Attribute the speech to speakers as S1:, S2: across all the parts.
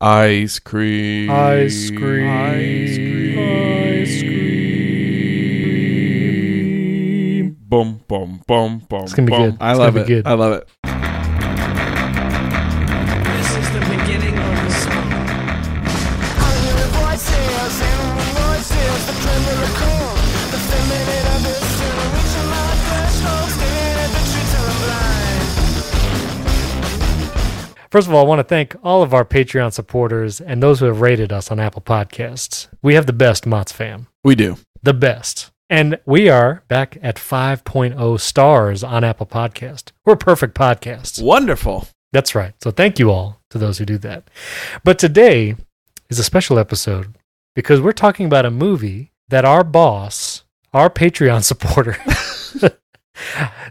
S1: Ice cream.
S2: Ice cream.
S1: Ice cream.
S2: Ice
S1: cream. Boom, boom, boom, boom.
S2: It's gonna be
S1: boom.
S2: good.
S3: I
S2: It's
S3: love
S2: gonna
S3: it.
S2: be good.
S3: I love it.
S4: This is the beginning of the song.
S5: I hear the voices, animal voices, the tremor of cold, the feminine of this still reaching my threshold, staring at the tree till I'm blind.
S2: First of all, I want to thank all of our Patreon supporters and those who have rated us on Apple Podcasts. We have the best Mott's fam.
S3: We do.
S2: the best. And we are back at 5.0 stars on Apple Podcast. We're a perfect podcast.
S3: Wonderful.
S2: That's right. So thank you all to those who do that. But today is a special episode because we're talking about a movie that our boss, our Patreon supporter,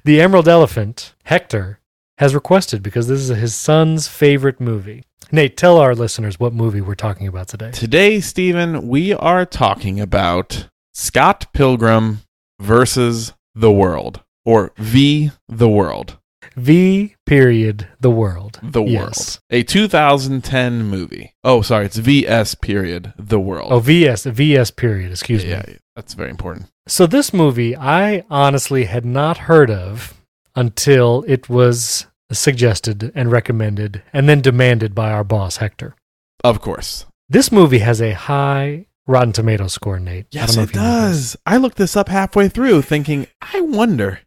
S2: the Emerald Elephant, Hector, has requested because this is his son's favorite movie. Nate, tell our listeners what movie we're talking about today.
S3: Today, Stephen, we are talking about Scott Pilgrim versus the world, or V the world.
S2: V period the world.
S3: The World.
S2: Yes.
S3: A 2010 movie. Oh, sorry. It's VS period. The World.
S2: Oh, VS, VS period, excuse
S3: yeah,
S2: me.
S3: yeah, That's very important.
S2: So this movie I honestly had not heard of until it was suggested and recommended and then demanded by our boss Hector.
S3: Of course.
S2: This movie has a high Rotten Tomato score, Nate. I
S3: Yes,
S2: don't know
S3: it
S2: if you know this.
S3: does. I looked this up halfway through thinking, I wonder.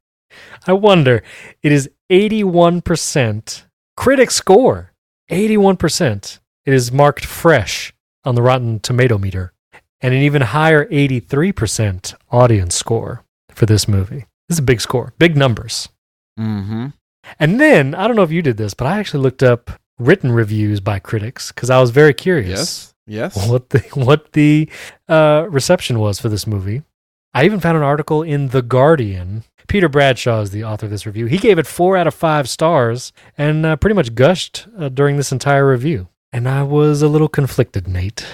S2: I wonder. It is 81% critic score. 81%. It is marked fresh on the Rotten Tomato meter and an even higher 83% audience score for this movie. This is a big score, big numbers.
S3: Mm-hmm.
S2: And then, I don't know if you did this, but I actually looked up written reviews by critics because I was very curious
S3: Yes. Yes.
S2: what the what the uh, reception was for this movie. I even found an article in The Guardian. Peter Bradshaw is the author of this review. He gave it four out of five stars and uh, pretty much gushed uh, during this entire review. And I was a little conflicted, Nate.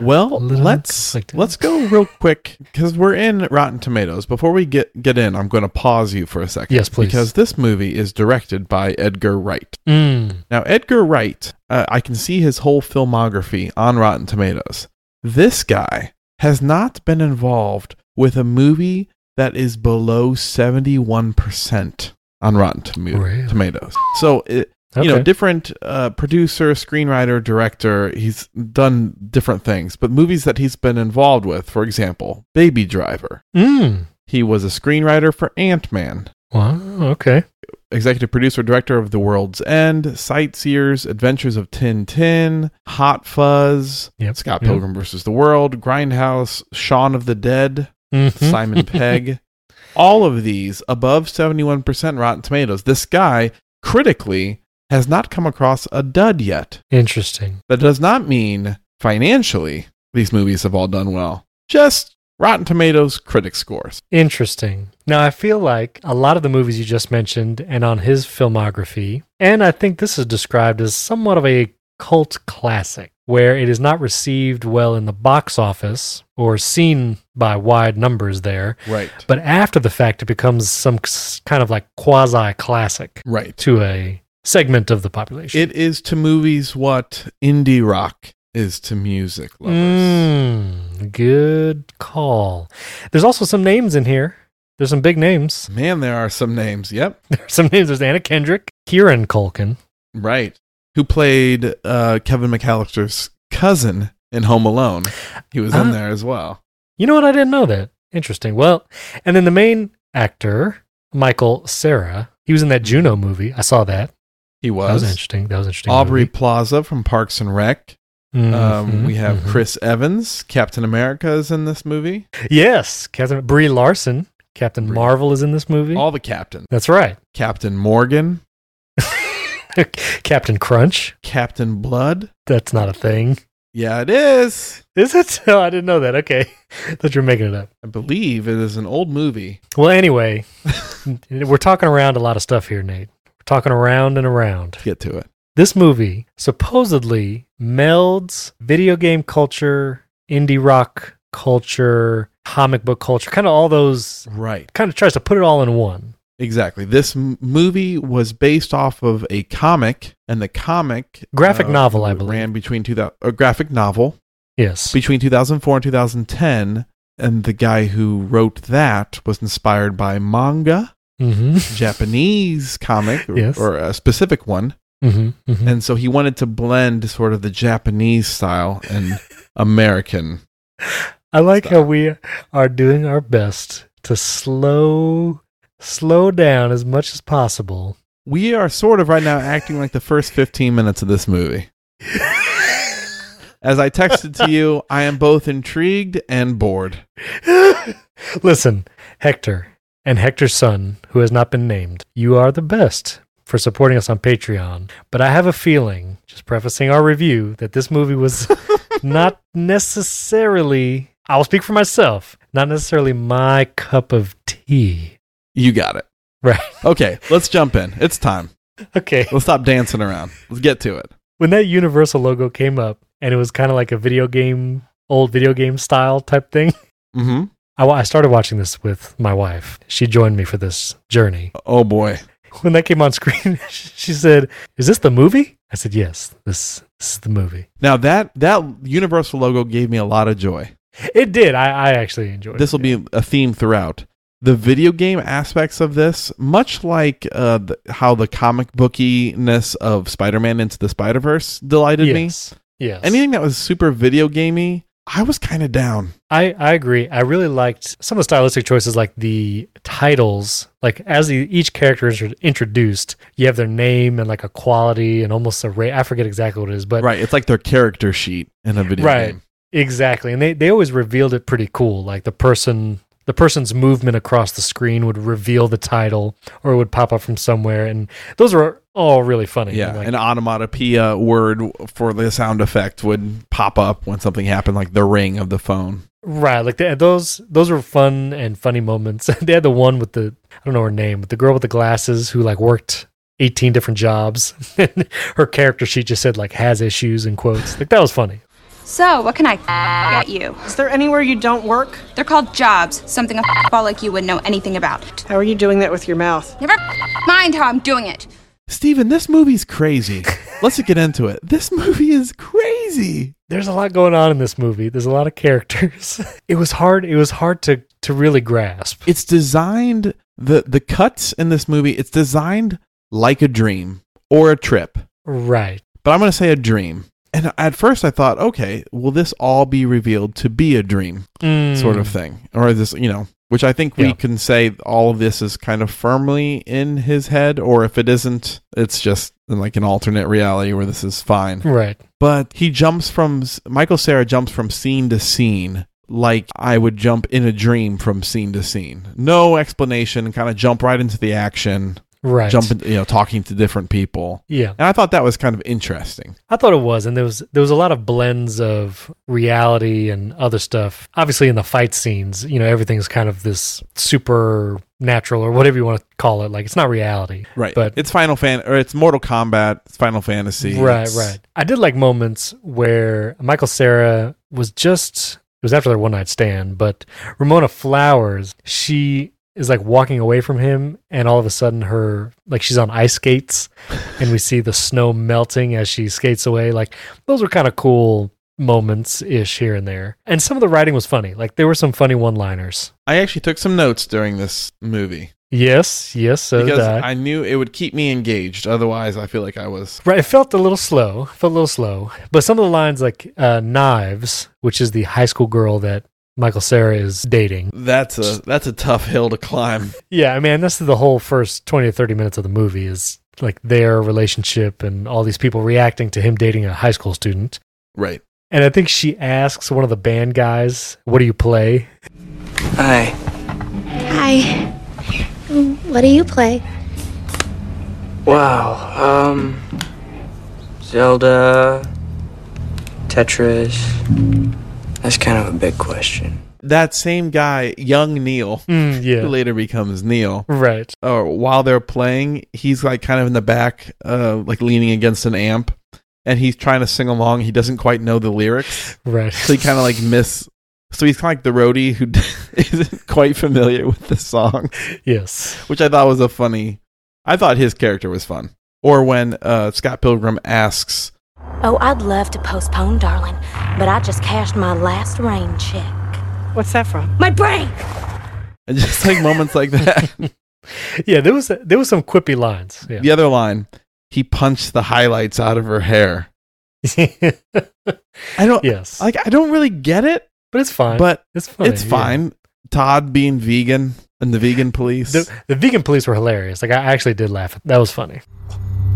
S3: Well,
S2: Little
S3: let's
S2: conflicted.
S3: let's go real quick because we're in Rotten Tomatoes. Before we get get in, I'm going to pause you for a second.
S2: Yes, please.
S3: Because this movie is directed by Edgar Wright.
S2: Mm,
S3: Now, Edgar Wright, uh, I can see his whole filmography on Rotten Tomatoes. This guy has not been involved with a movie that is below 71% on Rotten Tomo-
S2: Really?
S3: Tomatoes. So, it, you know,
S2: Okay.
S3: different uh, producer, screenwriter, director, he's done different things, but movies that he's been involved with, for example, Baby Driver.
S2: mm.
S3: He was a screenwriter for Ant Man
S2: Wow. Okay.
S3: executive producer director of The World's End, Sightseers, Adventures of Tin Tin, Hot Fuzz,
S2: Yep,
S3: Scott
S2: yep.
S3: Pilgrim vs. the World, Grindhouse, Shaun of the Dead,
S2: Mhm.
S3: Simon Pegg. All of these above 71% Rotten Tomatoes. This guy critically has not come across a dud yet.
S2: Interesting.
S3: That does not mean financially these movies have all done well. Just Rotten Tomatoes critic scores.
S2: Interesting. Now, I feel like a lot of the movies you just mentioned and on his filmography, and I think this is described as somewhat of a cult classic, where it is not received well in the box office or seen by wide numbers there,
S3: Right.
S2: but after the fact, it becomes some s- kind of like quasi classic
S3: Right.
S2: to a segment of the population.
S3: It is to movies what indie rock is to music lovers.
S2: Mm, good call. There's also some names in here. There's some big names.
S3: Man, there are some names. Yep,
S2: some names. There's Anna Kendrick, Kieran Culkin.
S3: right. Who played uh, Kevin McAllister's cousin in Home Alone? He was
S2: Ah.
S3: in there as well.
S2: You know what? I didn't know that. Interesting. Well, and then the main actor, Michael Sarah, he was in that Juno movie. I saw that.
S3: He
S2: That was
S3: was,
S2: interesting. That was interesting.
S3: Aubrey
S2: movie.
S3: Plaza from Parks and Rec. Um,
S2: Mhm,
S3: we have
S2: mhm.
S3: Chris Evans, Captain America is in this movie.
S2: Yes, Captain Brie Larson, Captain
S3: Brie.
S2: Marvel is in this movie.
S3: All the captains:
S2: That's right.
S3: Captain Morgan,
S2: Captain Crunch.
S3: Captain Blood.
S2: That's not a thing,
S3: Yeah, it is.
S2: is it? Oh, I didn't know that. Okay, thought you were making it up.
S3: I believe it is an old movie.
S2: Well, anyway, we're talking around a lot of stuff here, Nate. We're talking around and around.
S3: Get to it.
S2: This movie supposedly melds video game culture, indie rock culture, comic book culture, kind of all those,
S3: Right.
S2: kind of tries to put it all in one.
S3: Exactly. This m- movie was based off of a comic, and the comic uh,
S2: Graphic novel, I believe.
S3: ran between two thousand a graphic novel
S2: Yes.
S3: between two thousand four and two thousand ten. And the guy who wrote that was inspired by manga,
S2: hmm
S3: Japanese comic, or-
S2: Yes.
S3: or a specific one,
S2: hmm hmm
S3: and so he wanted to blend sort of the Japanese style and American.
S2: I like how we are doing our best to slow slow down as much as possible.
S3: We are sort of right now acting like the first 15 minutes of this movie. As I texted to you, I am both intrigued and bored.
S2: Listen, Hector and Hector's son, who has not been named, you are the best for supporting us on Patreon. But I have a feeling, just prefacing our review, that this movie was not necessarily, I'll speak for myself, not necessarily my cup of tea.
S3: You got it.
S2: Right.
S3: Okay, let's jump in. It's time.
S2: Okay.
S3: Let's stop dancing around. Let's get to it.
S2: when that Universal logo came up and it was kind of like a video game, old video game style type thing,
S3: Mm-hmm.
S2: I, wa- I started watching this with my wife. She joined me for this journey.
S3: Oh boy.
S2: When that came on screen, she said, Is this the movie? I said, Yes, this, this is the movie.
S3: Now that that Universal logo gave me a lot of joy.
S2: It did. I, I actually enjoyed
S3: This
S2: it.
S3: will be a theme throughout. The video game aspects of this, much like uh, the, how the comic bookiness of Spider-Man into the Spider-Verse delighted me,
S2: yes. Yes.
S3: anything that was super video gamey, I was kind of down.
S2: I, I agree. I really liked some of the stylistic choices, like the titles. Like as the, each character is introduced, you have their name and like a quality and almost a rate. I forget exactly what it is, but
S3: right, it's like their character sheet in a video
S2: Right.
S3: game.
S2: Exactly. And they, they always revealed it pretty cool. Like the person the person's movement across the screen would reveal the title or it would pop up from somewhere and those were all really funny.
S3: Yeah,
S2: Like,
S3: an onomatopoeia word for the sound effect would pop up when something happened, like the ring of the phone.
S2: right. Like they, those those were fun and funny moments. they had the one with the I don't know her name, but the girl with the glasses who like worked 18 different jobs. her character sheet just said like has issues in quotes. Like that was funny.
S6: So, what can I f- get you?
S7: Is there anywhere you don't work?
S6: They're called jobs, something a f- ball like you would know anything about.
S7: How are you doing that with your mouth?
S6: Never f- mind how I'm doing it.
S3: Steven, this movie's crazy. Let's get into it. This movie is crazy.
S2: there's a lot going on in this movie. There's a lot of characters. It was hard. It was hard to to really grasp.
S3: It's designed the the cuts in this movie. It's designed like a dream or a trip.
S2: Right.
S3: but I'm going to say a dream. And at first I thought, okay, will this all be revealed to be a dream sort
S2: Mm.
S3: of thing? Or this, you know, which I think we
S2: Hmm. Yeah.
S3: can say all of this is kind of firmly in his head, or if it isn't, it's just like an alternate reality where this is fine.
S2: Right.
S3: But he jumps from, Michael Sarah jumps from scene to scene like I would jump in a dream from scene to scene. No explanation, kind of jump right into the action,
S2: Right.
S3: jump, in, you know, talking to different people.
S2: Yeah.
S3: And I thought that was kind of interesting.
S2: I thought it was, and there was there was a lot of blends of reality and other stuff. Obviously, in the fight scenes, you know, everything's kind of this supernatural or whatever you want to call it. Like it's not reality.
S3: Right.
S2: But-
S3: But it's Final Fan or it's Mortal Kombat, it's Final Fantasy.
S2: Right,
S3: it's-
S2: right. I did like moments where Michael Sarah was just it was after their one night stand, but Ramona Flowers, she is like walking away from him and all of a sudden her like she's on ice skates and we see the snow melting as she skates away. Like those were kind of cool moments ish here and there. And some of the writing was funny. Like there were some funny one liners.
S3: I actually took some notes during this movie
S2: Yes, yes, so did
S3: because
S2: I.
S3: I knew it would keep me engaged. Otherwise, I feel like I was
S2: Right, it felt a little slow. Felt a little slow, but some of the lines like uh, "knives," which is the high school girl that Michael Sarah is dating.
S3: that's a that's a tough hill to climb.
S2: Yeah, I mean, this is the whole first twenty to thirty minutes of the movie is like their relationship and all these people reacting to him dating a high school student.
S3: Right.
S2: And I think she asks one of the band guys, "What do you play?"
S4: Hi.
S8: Hi. Um, What do you play?
S4: Wow. Um. Zelda. Tetris. That's kind of a big question.
S3: That same guy, young Neil,
S2: Mm,
S3: who
S2: yeah,
S3: later becomes Neil.
S2: right.
S3: Or while they're playing, he's like kind of in the back, uh, like leaning against an amp, and he's trying to sing along. He doesn't quite know the lyrics,
S2: Right.
S3: so he kind of like miss So he's kind of like the roadie who isn't quite familiar with the song,
S2: Yes.
S3: which I thought was a funny. I thought his character was fun. Or when uh, Scott Pilgrim asks,
S9: Oh, I'd love to postpone, darling, but I just cashed my last rain check.
S7: What's that from?
S9: My brain!
S3: and just like moments like that.
S2: Yeah, there was there was some quippy lines. Yeah.
S3: The other line, he punched the highlights out of her hair. I don't.
S2: yes.
S3: Like I don't really get it,
S2: but it's fine.
S3: but
S2: it's funny.
S3: it's
S2: yeah.
S3: fine. Todd being vegan and the vegan police.
S2: The, the vegan police were hilarious. Like I actually did laugh. That was funny.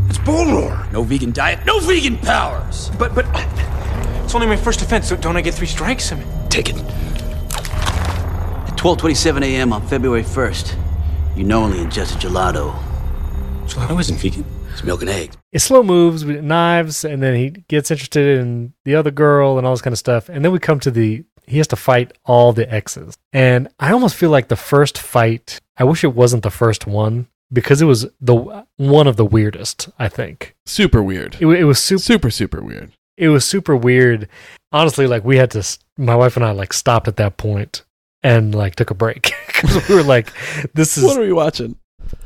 S10: It's bull roar. No vegan diet, no vegan powers.
S5: But, but, it's only my first offense, so don't I get three strikes? I mean,
S10: Take it. At 12:27 a.m. on February 1st, you knowingly ingested gelato. Gelato isn't vegan. It's milk and eggs.
S2: It's slow moves, with knives, and then he gets interested in the other girl and all this kind of stuff. And then we come to the he has to fight all the exes. And I almost feel like the first fight. I wish it wasn't the first one because it was the one of the weirdest. I think
S3: super weird.
S2: it, wa- it was super.
S3: super super weird.
S2: it was super weird. Honestly, like we had to, s- my wife and I like stopped at that point and like took a break because we were like, this is,
S3: What are we watching?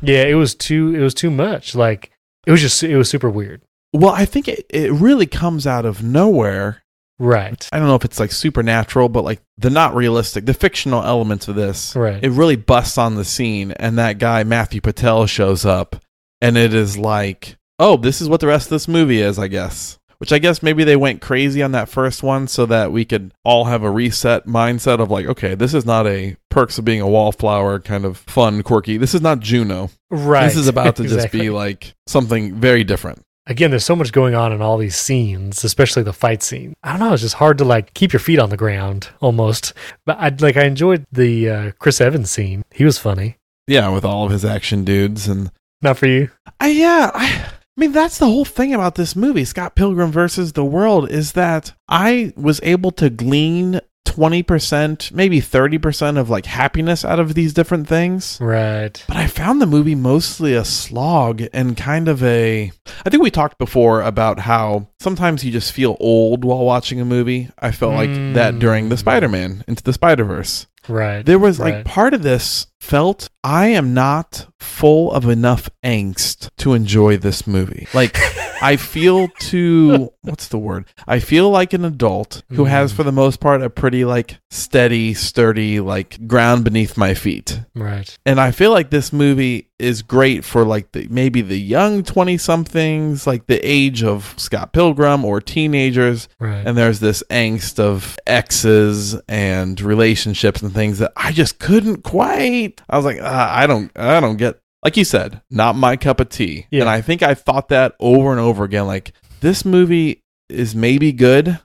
S2: yeah, it was too, it was too much. Like it was just, it was super weird.
S3: Well, I think it, it really comes out of nowhere.
S2: Right.
S3: I don't know if it's like supernatural, but like the not realistic, the fictional elements of this.
S2: Right.
S3: It really busts on the scene, and that guy, Matthew Patel, shows up, and it is like, oh, this is what the rest of this movie is, I guess. Which I guess maybe they went crazy on that first one so that we could all have a reset mindset of like, okay, this is not a perks of being a wallflower kind of fun, quirky. This is not Juno.
S2: Right.
S3: This is about to just
S2: Exactly.
S3: be like something very different.
S2: again, there's so much going on in all these scenes, especially the fight scene. I don't know. It's just hard to like keep your feet on the ground almost. But I like, I enjoyed the uh, Chris Evans scene. He was funny.
S3: Yeah, with all of his action dudes and
S2: Not for you.
S3: I yeah, I, I mean that's the whole thing about this movie, Scott Pilgrim versus the World, is that I was able to glean twenty percent, maybe thirty percent of like happiness out of these different things.
S2: Right.
S3: But I found the movie mostly a slog and kind of a. I think we talked before about how sometimes you just feel old while watching a movie. I felt like that during the Spider Man into the Spider Verse.
S2: Right.
S3: There was like
S2: Right.
S3: part of this felt I am not full of enough angst to enjoy this movie. Like I feel too what's the word? I feel like an adult who has for the most part a pretty like steady, sturdy like ground beneath my feet.
S2: right.
S3: And I feel like this movie is great for like the maybe the young 20 somethings, like the age of Scott Pilgrim or teenagers
S2: Right.
S3: and there's this angst of exes and relationships and things that I just couldn't quite. I was like, ah, I don't, I don't get. Like you said, not my cup of tea.
S2: Yeah.
S3: And I think I thought that over and over again. Like this movie is maybe good,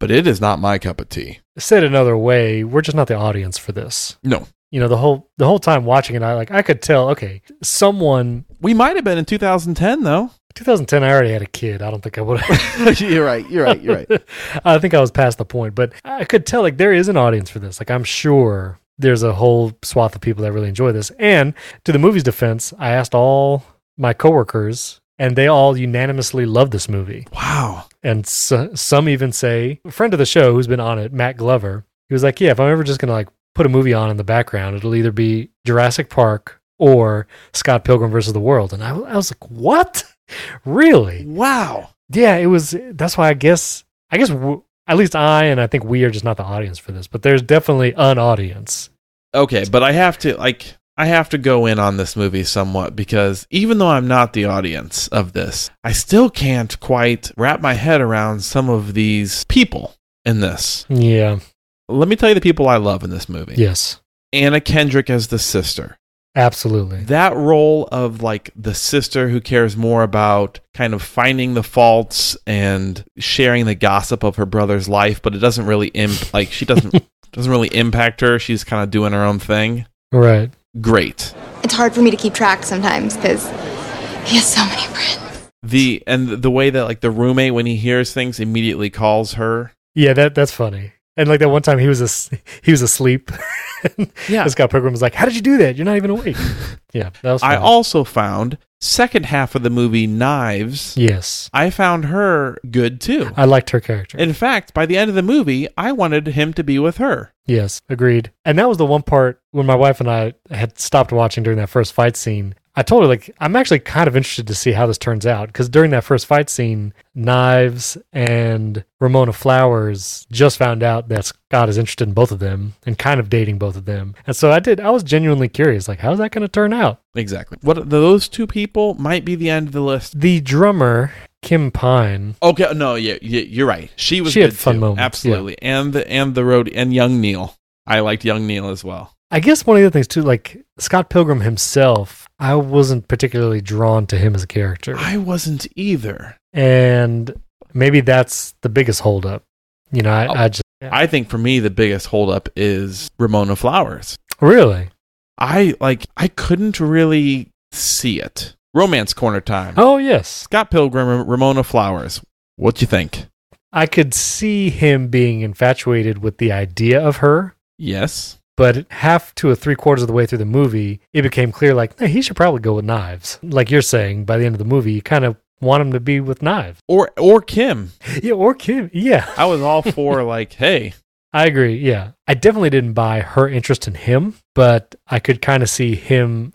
S3: but it is not my cup of tea.
S2: said another way, we're just not the audience for this.
S3: No,
S2: You know, the whole the whole time watching it, I like I could tell. Okay, someone
S3: we might have been in 2010 though.
S2: 2010, I already had a kid. I don't think I would.
S3: you're right. You're right. You're right.
S2: I think I was past the point, but I could tell like there is an audience for this. Like I'm sure there's a whole swath of people that really enjoy this. And to the movie's defense, I asked all my coworkers, and they all unanimously love this movie.
S3: Wow.
S2: And so, some even say, a friend of the show who's been on it, Matt Glover, he was like, Yeah, if I'm ever just going to like put a movie on in the background, it'll either be Jurassic Park or Scott Pilgrim versus the World. And I, I was like, What? really?
S3: Wow.
S2: Yeah, it was. That's why I guess, I guess, w- at least I and I think we are just not the audience for this, but there's definitely an audience.
S3: Okay, but I have to like I have to go in on this movie somewhat because even though I'm not the audience of this, I still can't quite wrap my head around some of these people in this.
S2: Yeah.
S3: Let me tell you the people I love in this movie.
S2: Yes.
S3: Anna Kendrick as the sister.
S2: Absolutely.
S3: That role of like the sister who cares more about kind of finding the faults and sharing the gossip of her brother's life, but it doesn't really imp- like she doesn't doesn't really impact her. She's kind of doing her own thing.
S2: Right.
S3: Great.
S8: It's hard for me to keep track sometimes because he has so many friends.
S3: the and the way that like the roommate when he hears things immediately calls her
S2: Yeah, that that's funny. And like that one time he was as- he was asleep.
S3: Yeah.
S2: This guy Pilgrim was like, "How did you do that? You're not even awake." yeah, that was.
S3: I
S2: fun.
S3: also found second half of the movie Knives.
S2: yes,
S3: I found her good too.
S2: I liked her character.
S3: In fact, by the end of the movie, I wanted him to be with her.
S2: Yes, agreed. And that was the one part when my wife and I had stopped watching during that first fight scene. I told her like I'm actually kind of interested to see how this turns out because during that first fight scene, Knives and Ramona Flowers just found out that Scott is interested in both of them and kind of dating both of them. And so I did. I was genuinely curious, like how's that going to turn out?
S3: Exactly. What those two people might be the end of the list.
S2: The drummer Kim Pine,
S3: Okay, no, yeah, yeah you're right. She was
S2: She had
S3: good,
S2: fun
S3: too.
S2: moments, yeah.
S3: Absolutely. And the and the road and young Neil. I liked young Neil as well.
S2: I guess one of the other things too, like Scott Pilgrim himself, I wasn't particularly drawn to him as a character.
S3: I wasn't either.
S2: and maybe that's the biggest holdup. You know, I,
S3: Oh.
S2: I just
S3: I think for me the biggest holdup is Ramona Flowers.
S2: really.
S3: I like I couldn't really see it. Romance corner time.
S2: Oh yes,
S3: Scott Pilgrim, Ramona Flowers. What you think?
S2: I could see him being infatuated with the idea of her,
S3: Yes.
S2: but half to a three quarters of the way through the movie, it became clear like nah, he should probably go with knives. Like you're saying, by the end of the movie, you kind of want him to be with knives.
S3: Or or Kim.
S2: Yeah, or Kim. Yeah,
S3: I was all for like, hey,
S2: I agree. Yeah, I definitely didn't buy her interest in him, but I could kind of see him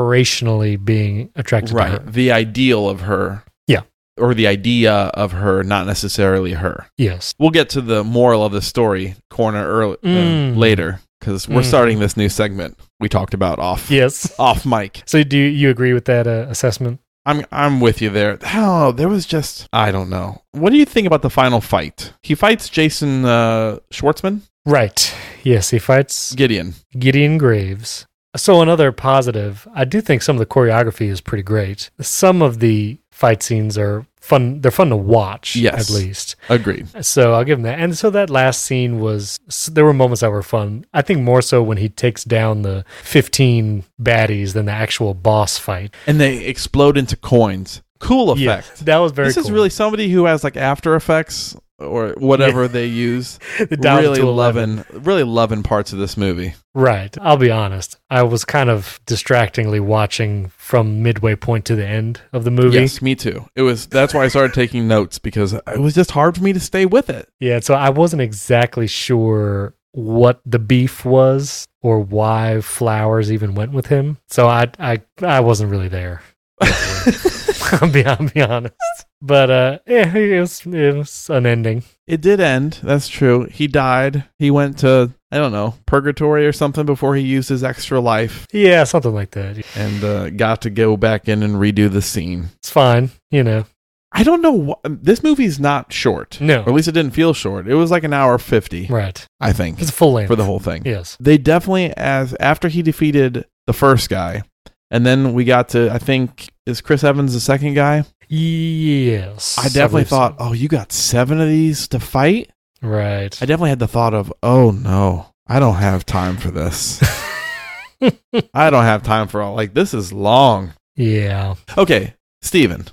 S2: aspirationally being attracted to her.
S3: right, the ideal of her.
S2: Yeah.
S3: Or the idea of her, not necessarily her.
S2: Yes.
S3: We'll get to the moral of the story corner early,
S2: Mm.
S3: uh, later because we're
S2: Mhm.
S3: starting this new segment we talked about off
S2: Yes.
S3: off mic.
S2: So do you, you agree with that uh, assessment?
S3: I'm I'm with you there. Hell, there was just I don't know. What do you think about the final fight? He fights Jason uh, Schwartzman,
S2: Right. Yes, he fights
S3: Gideon.
S2: Gideon Graves. So another positive, I do think some of the choreography is pretty great. Some of the fight scenes are fun. They're fun to watch,
S3: Yes.
S2: at least.
S3: Agreed.
S2: So I'll give him that. And so that last scene was s- there were moments that were fun. I think more so when he takes down the 15 baddies than the actual boss fight.
S3: And they explode into coins. Cool
S2: Yeah,
S3: effect.
S2: that was very
S3: this is
S2: cool.
S3: really somebody who has like After Effects or whatever they use.
S2: It dialed
S3: really
S2: to 11.
S3: loving, really loving parts of this movie.
S2: Right. I'll be honest. I was kind of distractingly watching from midway point to the end of the movie.
S3: Yes, me too. It was that's why I started taking notes because it was just hard for me to stay with it.
S2: Yeah. So I wasn't exactly sure what the beef was or why Flowers even went with him. So I I, I wasn't really there. I'll, be, I'll be honest. But uh, yeah, it was, it was an ending.
S3: It did end. That's true. He died. He went to I don't know purgatory or something before he used his extra life
S2: Yeah, something like that.
S3: and uh, got to go back in and redo the scene.
S2: It's fine. You know,
S3: I don't know. Wh- this movie's not short.
S2: No.
S3: or at least it didn't feel short. It was like an hour fifty,
S2: right.
S3: I think,
S2: It's a full length.
S3: for the whole thing.
S2: Yes.
S3: They definitely as after he defeated the first guy, and then we got to I think is Chris Evans the second guy.
S2: Yes.
S3: I definitely
S2: believe so.
S3: thought, uh, oh, you got seven of these to fight.
S2: Right.
S3: I definitely had the thought of, oh no, I don't have time for this. I don't have time for all like this is long.
S2: yeah.
S3: Okay, Steven,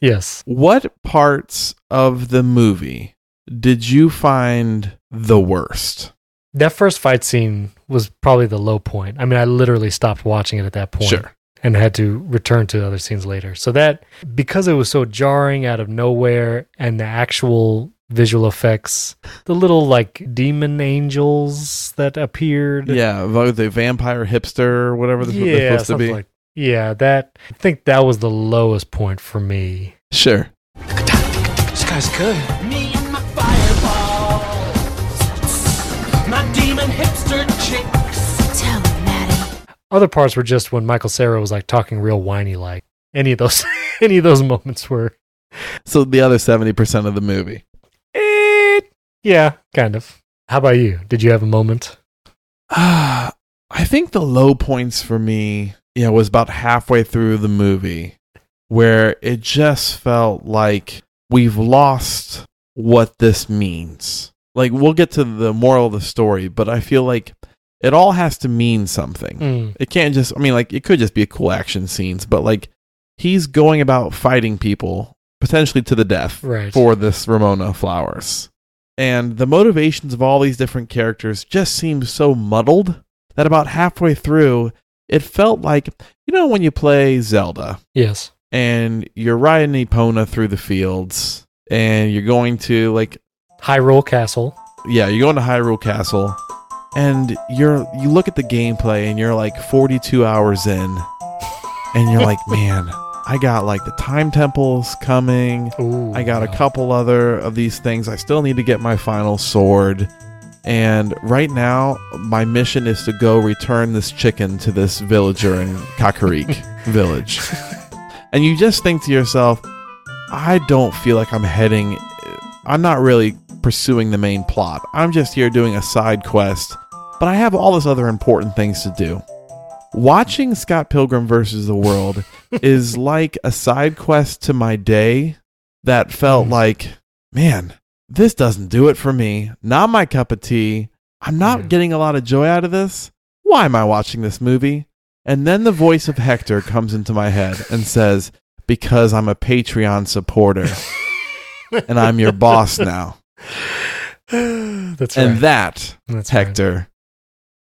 S2: Yes.
S3: what parts of the movie did you find the worst?
S2: That first fight scene was probably the low point. I mean, I literally stopped watching it at that point
S3: Sure.
S2: and had to return to other scenes later. So that because it was so jarring out of nowhere and the actual visual effects, the little like demon angels that appeared.
S3: Yeah, the, the vampire hipster, whatever this was
S2: yeah,
S3: supposed to
S2: something
S3: be.
S2: like yeah, that I think that was the lowest point for me.
S3: sure.
S5: This guy's good. Me and my fireballs. My demon hipster chicks.
S9: Tell him, Maddie.
S2: Other parts were just when Michael Sarah was like talking real whiny like. Any of those any of those moments were
S3: So the other seventy percent of the movie.
S2: Eh, yeah, kind of. How about you? Did you have a moment?
S3: Ah, I think the low points for me, you know, was about halfway through the movie where it just felt like we've lost what this means. Like we'll get to the moral of the story, but I feel like it all has to mean something.
S2: Hmm.
S3: It can't just I mean like it could just be a cool action scenes, but like he's going about fighting people potentially to the death
S2: Right.
S3: for this Ramona Flowers. and the motivations of all these different characters just seemed so muddled that about halfway through it felt like you know when you play Zelda
S2: Yes.
S3: and you're riding Epona through the fields and you're going to like
S2: Hyrule Castle.
S3: yeah, you're going to Hyrule Castle, and you're you look at the gameplay and you're like 42 hours in, and you're like, man, I got like the time temples coming.
S2: Ooh.
S3: I got a
S2: wow.
S3: couple other of these things. I still need to get my final sword. And right now, my mission is to go return this chicken to this villager in Kakarik village. And you just think to yourself, I don't feel like I'm heading, I'm not really pursuing the main plot. I'm just here doing a side quest, but I have all this other important things to do. Watching Scott Pilgrim versus the World is like a side quest to my day that
S2: Mm.
S3: felt like, man, this doesn't do it for me. Not my cup of tea. I'm not
S2: Mhm.
S3: getting a lot of joy out of this. Why am I watching this movie? And then the voice of Hector comes into my head and says, Because I'm a Patreon supporter and I'm your boss now.
S2: That's
S3: and
S2: right.
S3: that,
S2: That's right.
S3: Hector,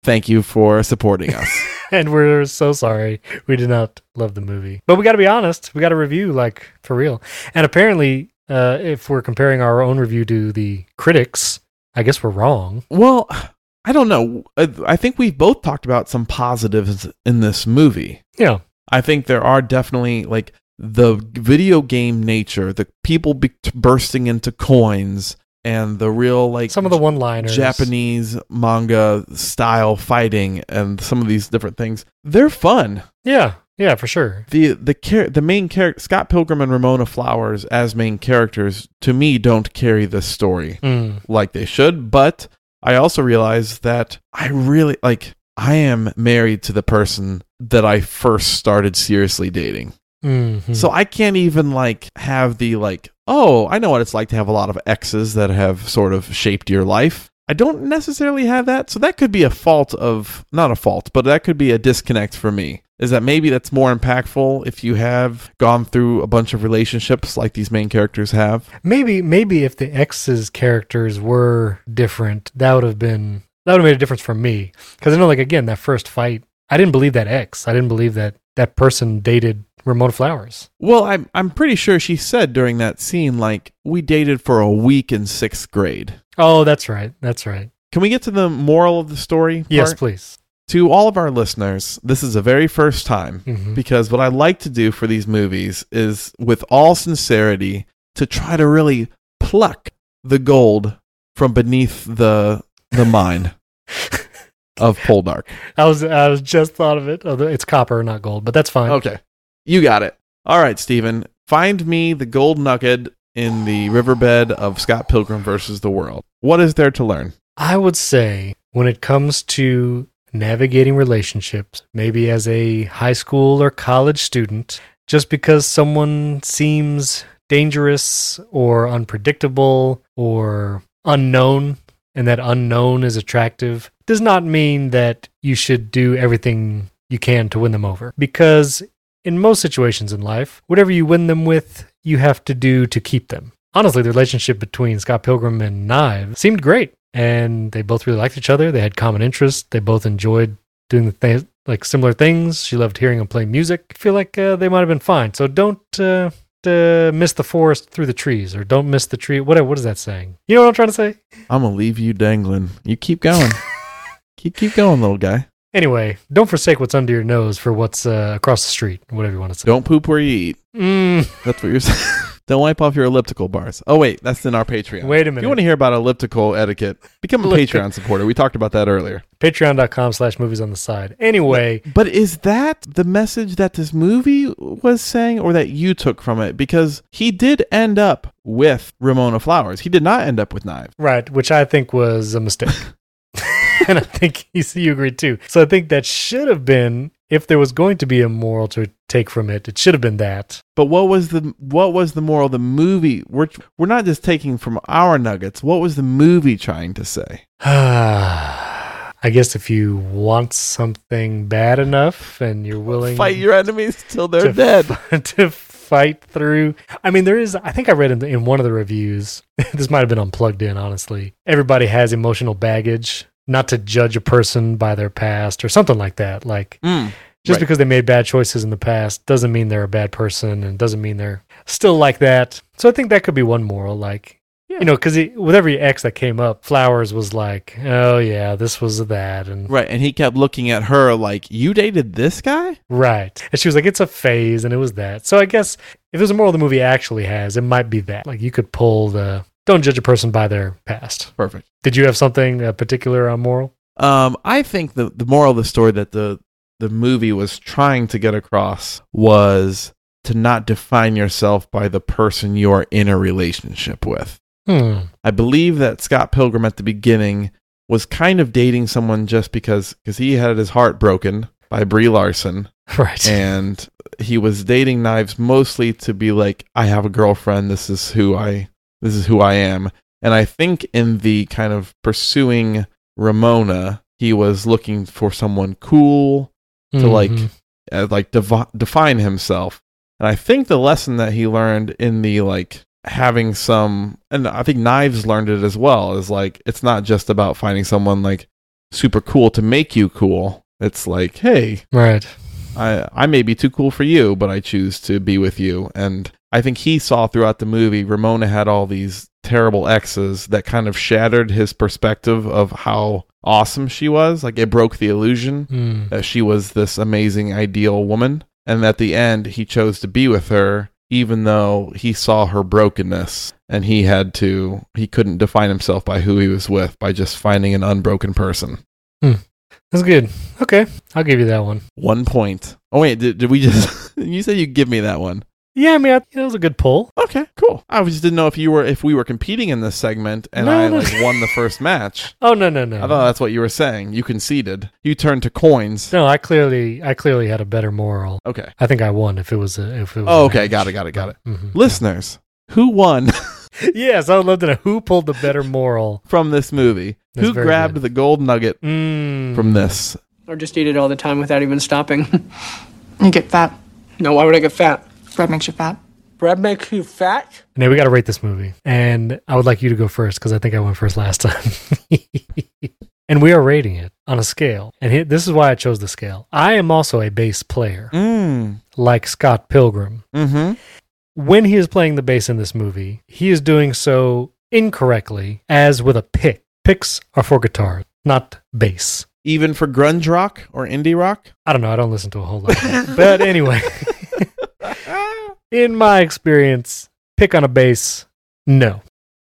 S3: thank you for supporting us.
S2: and we're so sorry we did not love the movie but we got to be honest we got to review like for real and apparently uh, if we're comparing our own review to the critics i guess we're wrong
S3: well, I don't know. I I think we've both talked about some positives in this movie.
S2: yeah
S3: I think there are definitely like the video game nature, the people be- bursting into coins, and the real like
S2: some of the one liners
S3: Japanese manga style fighting, and some of these different things. They're fun.
S2: yeah yeah for sure
S3: the the char- The main character, Scott Pilgrim and Ramona Flowers, as main characters, to me, don't carry this story
S2: Mm,
S3: like they should. But I also realize that I really like. I am married to the person that I first started seriously dating.
S2: mhm.
S3: So I can't even like have the like, oh, I know what it's like to have a lot of exes that have sort of shaped your life. I don't necessarily have that. So that could be a fault of not a fault, but that could be a disconnect for me. Is that maybe that's more impactful if you have gone through a bunch of relationships like these main characters have?
S2: maybe maybe if the x's characters were different that would have been that would have made a difference for me because i know like again that first fight i didn't believe that x i didn't believe that that person dated ramona flowers
S3: Well, I'm I'm pretty sure she said during that scene like we dated for a week in 6th grade.
S2: oh that's right that's right
S3: Can we get to the moral of the story?
S2: Yes,
S3: part?
S2: please.
S3: to all of our listeners, this is the very first time
S2: Mhm.
S3: because what I like to do for these movies is, with all sincerity, to try to really pluck the gold from beneath the the mine of Poldark.
S2: I was I was just thought of it. Although it's copper, not gold, but that's fine.
S3: Okay, you got it. All right, Stephen, find me the gold nugget in the riverbed of Scott Pilgrim versus the World. What is there to learn?
S2: I would say when it comes to navigating relationships, maybe as a high school or college student, just because someone seems dangerous or unpredictable or unknown and that unknown is attractive does not mean that you should do everything you can to win them over because in most situations in life, whatever you win them with, you have to do to keep them. Honestly, the relationship between Scott Pilgrim and Knives seemed great, and they both really liked each other. They had common interests. They both enjoyed doing the things like similar things. She loved hearing him play music. I feel like uh, they might have been fine. So don't uh, uh, miss the forest through the trees, or don't miss the tree. What what is that saying? You know what I'm trying to say?
S3: I'm gonna leave you dangling. You keep going. keep keep going, little guy.
S2: Anyway, don't forsake what's under your nose for what's uh, across the street, whatever you want to say.
S3: Don't poop where you eat.
S2: Mm,
S3: That's what you're saying. Don't wipe off your elliptical bars. Oh wait, that's in our Patreon.
S2: Wait a
S3: If you
S2: minute.
S3: want to hear about elliptical etiquette, become a
S2: Elliptic-
S3: Patreon supporter. We talked about that earlier.
S2: Patreon.com slash movies on the side. Anyway.
S3: But is that the message that this movie was saying or that you took from it? Because he did end up with Ramona Flowers. He did not end up with knives.
S2: Right, which I think was a mistake. and I think you, see, you agreed too. So I think that should have been, if there was going to be a moral to take from it, it should have been that.
S3: But what was the what was the moral of the movie? We're we're not just taking from our nuggets. What was the movie trying to say?
S2: I guess if you want something bad enough and you're willing
S3: Fight your enemies till they're
S2: to
S3: dead.
S2: f- to fight through. I mean, there is. I think I read in, the, in one of the reviews. this might have been unplugged in. Honestly, everybody has emotional baggage. Not to judge a person by their past or something like that. Like
S3: Mm.
S2: just
S3: Right.
S2: because they made bad choices in the past doesn't mean they're a bad person and doesn't mean they're still like that. So I think that could be one moral. Like, you know, because with every ex that came up, Flowers was like, oh, yeah, this was that. And
S3: Right, and he kept looking at her like, "You dated this guy?"
S2: Right. And she was like, it's a phase, and it was that. So I guess if there's a moral the movie actually has, it might be that. Like, you could pull the don't judge a person by their past.
S3: Perfect.
S2: Did you have something uh, particular on moral?
S3: Um, I think the the moral of the story that the the movie was trying to get across was to not define yourself by the person you are in a relationship with.
S2: Hmm.
S3: I believe that Scott Pilgrim at the beginning was kind of dating someone just because because he had his heart broken by Brie Larson
S2: Right.
S3: and he was dating knives mostly to be like I have a girlfriend this is who I this is who I am and I think in the kind of pursuing Ramona he was looking for someone cool to like
S2: Mhm.
S3: uh, like devi- define himself and i think the lesson that he learned in the like having some and i think knives learned it as well is like it's not just about finding someone like super cool to make you cool it's like hey
S2: Right.
S3: i i may be too cool for you but i choose to be with you and i think he saw throughout the movie ramona had all these terrible exes that kind of shattered his perspective of how awesome she was like it broke the illusion
S2: Hmm.
S3: that she was this amazing, ideal woman. And at the end, he chose to be with her, even though he saw her brokenness and he had to, he couldn't define himself by who he was with by just finding an unbroken person.
S2: That's good. Okay. I'll give you that one.
S3: One point. Oh, wait, did, did we just, you said you give me that one.
S2: Yeah, I mean, I think it was a good pull.
S3: Okay, cool. I just didn't know if you were, if we were competing in this segment and
S2: No,
S3: I
S2: no.
S3: like won the first match.
S2: Oh, no, no, no.
S3: I thought that's what you were saying. You conceded. You turned to coins.
S2: no, I clearly, I clearly had a better moral.
S3: Okay.
S2: I think I won if it was a, if it was
S3: Oh,
S2: a
S3: okay.
S2: match.
S3: Got it. Got it. Got it.
S2: Mhm.
S3: Listeners, who won?
S2: Yes, I would love to know who pulled the better moral.
S3: from this movie.
S2: That's
S3: Who
S2: very
S3: grabbed
S2: good.
S3: the gold nugget
S2: Mm.
S3: from this?
S7: Or just eat it all the time without even stopping.
S8: You get fat.
S7: no, why would I get fat?
S8: Bread makes you fat.
S7: Bread makes you fat?
S2: Now we got to rate this movie, and I would like you to go first because I think I went first last time. and we are rating it on a scale, and he- this is why I chose the scale. I am also a bass player,
S3: Mm.
S2: like Scott Pilgrim.
S3: Mm-hmm.
S2: When he is playing the bass in this movie, he is doing so incorrectly, as with a pick. Picks are for guitar, not bass.
S3: Even for grunge rock or indie rock?
S2: I don't know. I don't listen to a whole lot, of that. but anyway. in my experience, pick on a bass, no.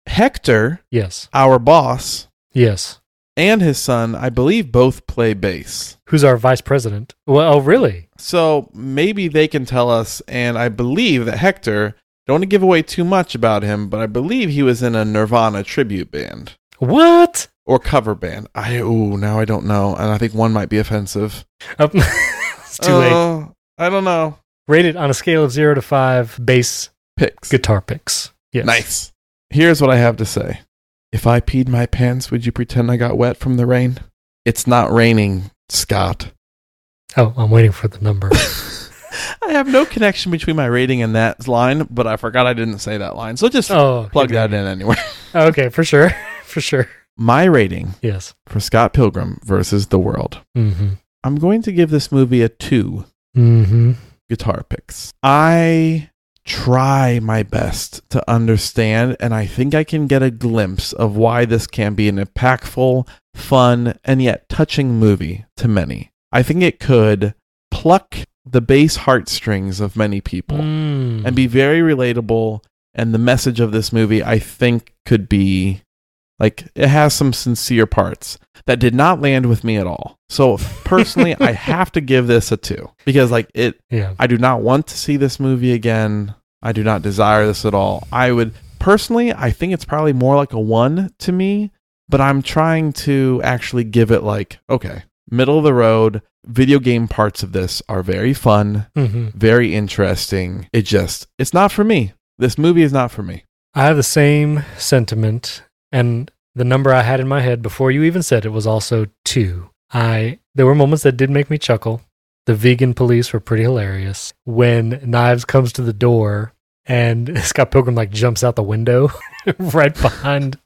S3: Hector,
S2: Yes.
S3: our boss,
S2: Yes.
S3: and his son, I believe both play bass.
S2: Who's our vice president? Well, oh, really?
S3: So maybe they can tell us, and I believe that Hector, don't want to give away too much about him, but I believe he was in a Nirvana tribute band
S2: What?
S3: or cover band. I ooh, now I don't know. And I think one might be offensive.
S2: Oh, it's too late.
S3: Oh, I don't know.
S2: Rated on a scale of zero to five, bass
S3: Picks.
S2: guitar picks. Yes.
S3: Nice. Here's what I have to say. If I peed my pants, would you pretend I got wet from the rain? It's not raining, Scott.
S2: Oh, I'm waiting for the number.
S3: I have no connection between my rating and that line, but I forgot I didn't say that line. So just
S2: Oh,
S3: plug
S2: okay.
S3: that in anyway.
S2: Oh, Okay, for sure. for sure.
S3: My rating
S2: Yes.
S3: for Scott Pilgrim versus the world.
S2: Mm-hmm.
S3: I'm going to give this movie a two
S2: Mm-hmm.
S3: guitar picks. I try my best to understand, and I think I can get a glimpse of why this can be an impactful, fun, and yet touching movie to many. I think it could pluck the bass heartstrings of many people
S2: Mm.
S3: and be very relatable. And the message of this movie, I think, could be like it has some sincere parts that did not land with me at all. So personally, I have to give this a two because, like, it
S2: yeah.
S3: I do not want to see this movie again. I do not desire this at all. I would personally, I think it's probably more like a one to me, but I'm trying to actually give it like, okay, middle of the road. Video game parts of this are very fun,
S2: Mm-hmm.
S3: very interesting. It just, it's not for me. This movie is not for me.
S2: I have the same sentiment, and the number I had in my head before you even said it was also two. I there were moments that did make me chuckle, The vegan police were pretty hilarious. When Knives comes to the door and Scott Pilgrim like jumps out the window right behind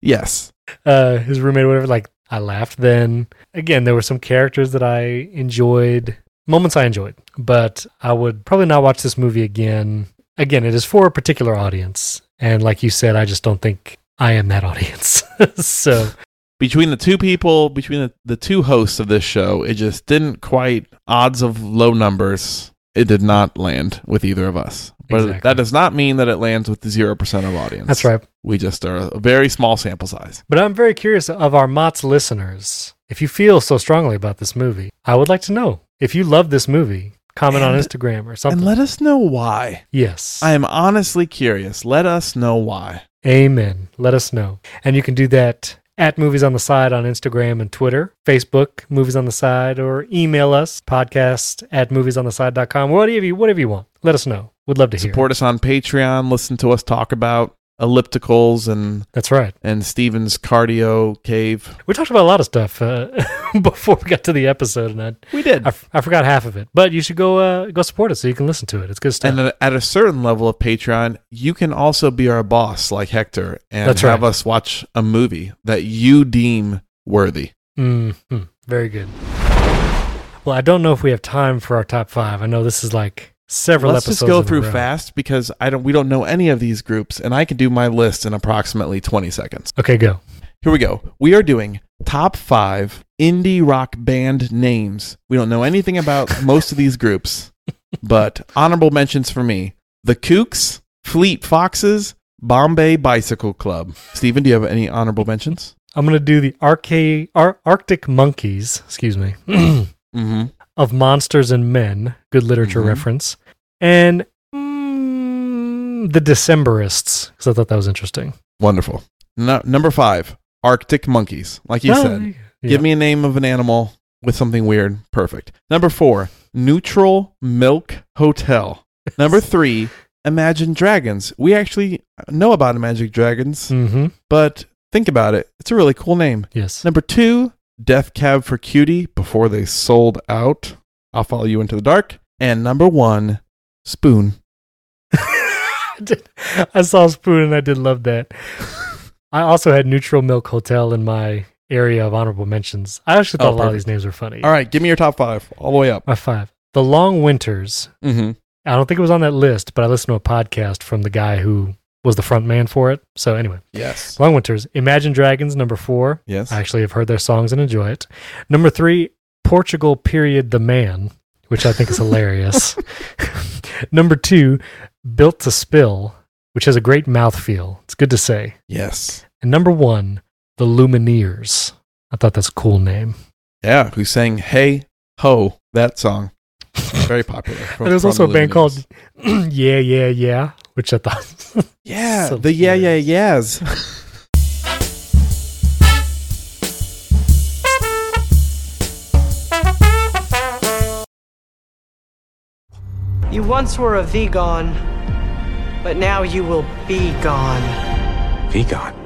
S3: Yes.
S2: uh, his roommate or whatever. Like I laughed then. Again, there were some characters that I enjoyed, moments I enjoyed, but I would probably not watch this movie again. Again, it is for a particular audience, and like you said, I just don't think I am that audience. so
S3: Between the two people, between the, the two hosts of this show, it just didn't quite odds of low numbers. It did not land with either of us. But
S2: Exactly.
S3: that does not mean that it lands with the 0% of audience.
S2: that's right.
S3: We just are a very small sample size.
S2: But I'm very curious of our Mott's listeners. If you feel so strongly about this movie, I would like to know. If you love this movie, comment on
S3: And-
S2: Instagram or something.
S3: And let us know why.
S2: yes.
S3: I am honestly curious. Let us know why.
S2: Amen. Let us know. And you can do that at Movies on the Side on Instagram and Twitter, Facebook, Movies on the Side, or email us, podcast at moviesontheside.com, whatever you, whatever you want. Let us know. Would love to hear.
S3: Support us on Patreon. Listen to us talk about ellipticals and
S2: That's right.
S3: and Steven's cardio cave.
S2: We talked about a lot of stuff uh, before we got to the episode, and I,
S3: We did.
S2: I, f- I forgot half of it. But you should go uh, go support us so you can listen to it. It's good stuff.
S3: And at at a certain level of Patreon, you can also be our boss like Hector and
S2: That's
S3: have
S2: right.
S3: us watch a movie that you deem worthy.
S2: Mhm. Very good. Well, I don't know if we have time for our top five. I know this is like several
S3: Let's
S2: episodes.
S3: just go
S2: in a
S3: through
S2: row.
S3: fast because I don't we don't know any of these groups and I can do my list in approximately 20 seconds.
S2: Okay, go.
S3: Here we go. We are doing top 5 indie rock band names. We don't know anything about most of these groups, but honorable mentions for me. The Kooks, Fleet Foxes, Bombay Bicycle Club. Steven, do you have any honorable mentions?
S2: I'm gonna do the Arca- Ar- Arctic Monkeys, excuse me,
S3: Mhm.
S2: of Monsters and Men. Good literature
S3: Mhm.
S2: reference, and mm, the Decemberists, because I thought that was interesting.
S3: Wonderful. No, number five, Arctic monkeys. Like you
S2: Oh,
S3: said,
S2: yeah.
S3: give me a name of an animal with something weird. Perfect. Number four, Neutral Milk Hotel. Number three, Imagine Dragons. We actually know about Imagine Dragons,
S2: Mm-hmm.
S3: but think about it. It's a really cool name.
S2: Yes.
S3: Number two, Death Cab for Cutie before they sold out. I'll follow you into the dark. And number one, Spoon.
S2: I did- I saw Spoon and I did love that. I also had Neutral Milk Hotel in my area of honorable mentions. I actually
S3: Oh,
S2: thought a lot of
S3: perfect.
S2: these names were funny.
S3: All right, give me your top five, all the way up.
S2: My five. The Long Winters.
S3: Mm-hmm.
S2: I don't think it was on that list, but I listened to a podcast from the guy who was the front man for it. So anyway,
S3: Yes.
S2: Long Winters. Imagine Dragons, number four.
S3: Yes.
S2: I actually have heard their songs and enjoy it. Number three, Portugal period the man, which I think is hilarious. number two, Built to Spill, which has a great mouthfeel. It's good to say.
S3: Yes.
S2: And number one, The Lumineers. I thought that's a cool name.
S3: Yeah, who sang "Hey Ho" that song? Very popular. From,
S2: and there's
S3: from
S2: also a
S3: the
S2: band
S3: Lumineers.
S2: called Yeah Yeah Yeah, which I thought
S3: Yeah,
S2: So
S3: the Yeah Yeah
S2: weird.
S3: Yeahs.
S5: You once were a vegan, but now you will be gone.
S10: Vegan.